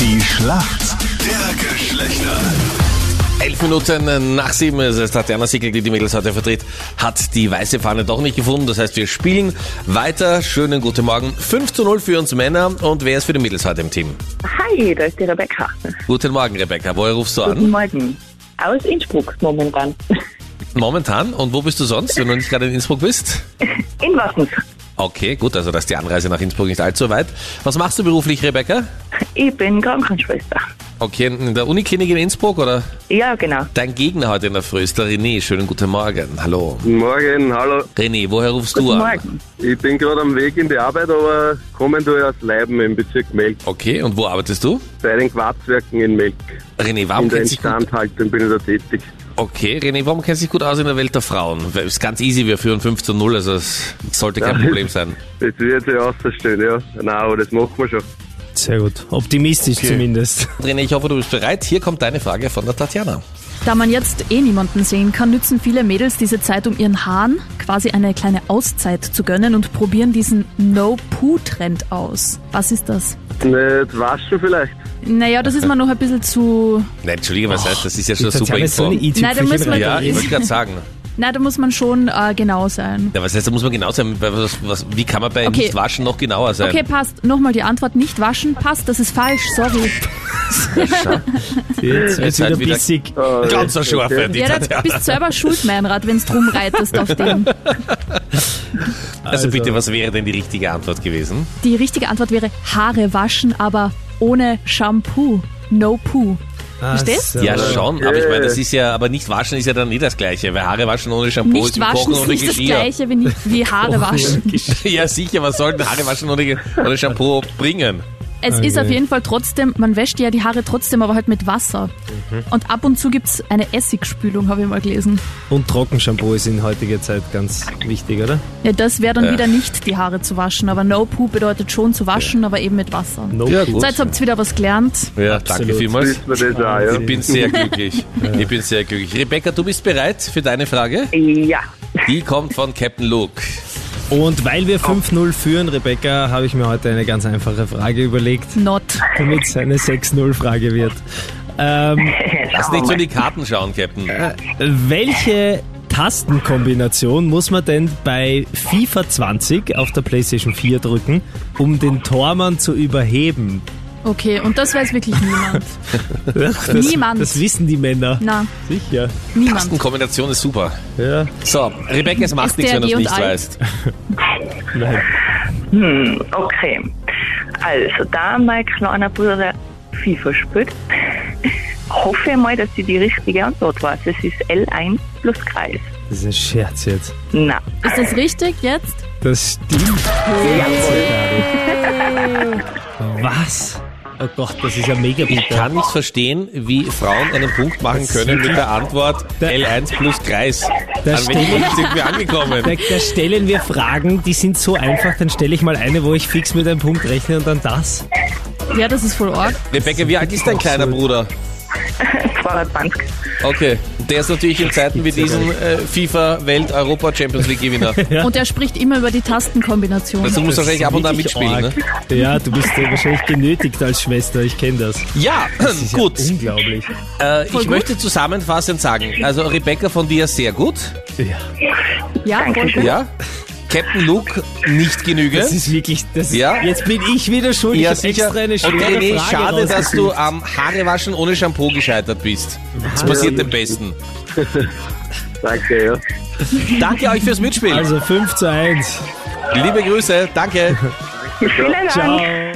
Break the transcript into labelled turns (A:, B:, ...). A: Die Schlacht der Geschlechter.
B: Elf Minuten nach sieben ist es Tatjana Sickel, die die Mädels heute vertritt, hat die weiße Fahne doch nicht gefunden. Das heißt, wir spielen weiter. Schönen guten Morgen. 5 zu 0 für uns Männer. Und wer ist für die Mädels heute im Team?
C: Hi, da ist die Rebecca.
B: Guten Morgen, Rebecca. Woher rufst du an?
C: Guten Morgen. Aus Innsbruck momentan.
B: Momentan. Und wo bist du sonst, wenn du nicht gerade in Innsbruck bist?
C: In Wassens.
B: Okay, gut. Also, dass die Anreise nach Innsbruck nicht allzu weit. Was machst du beruflich, Rebecca?
C: Ich bin Krankenschwester.
B: Okay, in der Uniklinik in Innsbruck oder?
C: Ja, genau.
B: Dein Gegner heute in der Früh ist der René. Schönen guten Morgen. Hallo.
D: Guten Morgen, hallo.
B: René, woher rufst du äh,
C: Guten
B: an?
C: Morgen.
D: Ich bin gerade am Weg in die Arbeit, aber kommen tue ich aus Leiben im Bezirk Melk,
B: Okay, und wo arbeitest du?
D: bei den Quarzwerken in Melk.
B: René,
D: In
B: warum
D: der
B: kennst du dich gut
D: Instandhaltung bin ich da tätig.
B: Okay, René, warum kennst du dich gut aus in der Welt der Frauen? Weil Es ist ganz easy, wir führen 5 zu 0, also es sollte kein Problem sein.
D: Das wird sich außerstellen, ja. Nein, aber das machen wir schon.
E: Sehr gut. Optimistisch zumindest.
B: René, ich hoffe, du bist bereit. Hier kommt deine Frage von der Tatjana.
F: Da man jetzt eh niemanden sehen kann, nützen viele Mädels diese Zeit, um ihren Haaren quasi eine kleine Auszeit zu gönnen und probieren diesen No-Poo-Trend aus. Was ist das?
D: Nicht waschen vielleicht.
F: Naja, das ist mir noch ein bisschen zu...
B: Nein, Entschuldige, was heißt, das ist ja
E: Die
B: schon super
E: Tatjana ist so eine
B: Info.
F: Nein, da müssen
E: i-Tüpfelchen
F: wir-
B: Ja, ich
E: rein.
B: wollte gerade sagen.
F: Na, da muss man schon äh, genau sein.
B: Ja, was heißt, da muss man genau sein, weil was, was, wie kann man bei
F: Okay.
B: Nicht-Waschen noch genauer sein?
F: Okay, passt. Nochmal die Antwort. Nicht waschen. Passt. Das ist falsch. Sorry.
B: seid
E: Jetzt wird's wieder
B: halt wieder-
E: bissig.
D: Ah,
B: Ganz so scharfe, die
F: Ja, da
B: Tatjana.
F: bist selber schuld, Meinrad, wenn du drum reitest auf den.
B: Also
E: Also.
B: bitte, was wäre denn die richtige Antwort gewesen?
F: Die richtige Antwort wäre Haare waschen, aber ohne Shampoo. No Poo. Verstehst?
E: Ah, so.
B: Ja, schon, aber ich
D: Okay.
B: meine, das ist ja, aber nicht waschen ist ja dann nie das Gleiche, weil Haare waschen ohne Shampoo ist
F: Nicht
B: wie
F: waschen
B: Kochen
F: ist
B: ohne
F: nicht das
B: Geschirr.
F: gleiche wie, nicht- wie Haare waschen.
B: ja, sicher, was soll denn Haare waschen ohne, ohne Shampoo bringen?
E: Ah,
F: Es ist auf jeden Fall trotzdem, man wäscht ja die Haare trotzdem, aber halt mit Wasser.
E: Mhm.
F: Und ab und zu gibt's eine Essigspülung, habe ich mal gelesen.
E: Und Trockenshampoo ist in heutiger Zeit ganz wichtig, oder?
F: Ja, das wäre dann
B: Äh.
F: wieder nicht die Haare zu waschen, aber No-Poo bedeutet schon zu waschen, aber eben mit Wasser.
E: No
B: Ja,
E: Poo.
B: gut.
F: So, jetzt habt ihr wieder was gelernt.
B: Ja,
E: Absolut.
B: danke vielmals.
D: Wissen wir das auch, ja.
B: Ich bin sehr glücklich. Ich bin sehr glücklich. Rebecca, du bist bereit für deine Frage?
C: Ja.
B: Die kommt von Captain Luke.
E: Und weil wir 5-0 führen, Rebecca, habe ich mir heute eine ganz einfache Frage überlegt,
F: Not.
E: damit es eine 6-0-Frage wird. Ähm,
C: genau.
B: Lass nicht so in die Karten schauen, Captain.
F: Äh,
E: welche Tastenkombination muss man denn bei FIFA 20 auf der PlayStation 4 drücken, um den Tormann zu überheben?
F: Okay, und das weiß wirklich niemand.
E: Das,
F: Niemand.
E: Das wissen die Männer.
F: Na,
E: Sicher.
F: niemand.
B: Tastenkombination ist super.
E: Ja.
B: So, Rebecca, es macht
F: Ist
B: nichts,
F: der
B: wenn du es
F: G und
B: nicht
F: I?
B: weißt.
E: Nein.
C: Okay. Also, da mein kleiner Bruder FIFA spielt, hoffe ich mal, dass ich die richtige Antwort weiß. Es ist L1 plus Kreis.
E: Das ist ein Scherz jetzt.
C: Na,
F: Ist das richtig jetzt?
E: Das stimmt. Was? Oh Gott, das ist ja mega
B: Ich
E: bitter.
B: kann nicht verstehen, wie Frauen einen Punkt machen können mit der Antwort
E: Da-
B: L1 plus Kreis.
E: Da
B: An welchem
E: steht-
B: Punkt sind wir angekommen?
E: Da, da stellen wir Fragen, die sind so einfach. Dann stelle ich mal eine, wo ich fix mit einem Punkt rechne und dann das.
F: Ja, das ist voll arg.
B: Rebecca, wie alt ist dein kleiner Bruder?
C: 220.
B: Okay, der ist natürlich in Zeiten wie diesen äh, FIFA-Welt-Europa-Champions-League-Gewinner.
F: Und er spricht immer über die Tastenkombination.
B: Also du musst
E: Das
B: wahrscheinlich
E: ist
B: ab und an
E: wirklich
B: mitspielen, ne?
E: arg. Ja, du bist ja wahrscheinlich genötigt als Schwester, ich kenne das.
B: Ja,
E: Das ist
B: gut.
E: Ja unglaublich.
B: Äh, ich
F: Voll gut.
B: möchte zusammenfassend sagen, also Rebecca von dir sehr gut,
E: Ja,
F: Ja, voll gut.
B: ja. Captain Luke nicht
E: das
B: genügend.
E: ist wirklich. Das ist,
B: Ja.
E: Jetzt bin ich wieder schuld. ich
B: Ja,
E: hab
B: sicher.
E: extra eine
B: Und
E: schwere
B: René,
E: Frage
B: schade, dass du
E: rausgesucht.
B: am Haarewaschen ohne Shampoo gescheitert bist. Das passiert dem Besten.
D: Danke, ja.
B: Danke euch fürs Mitspielen.
E: Also 5 zu 1.
B: Liebe Grüße, danke.
C: Vielen Dank.
E: Ciao.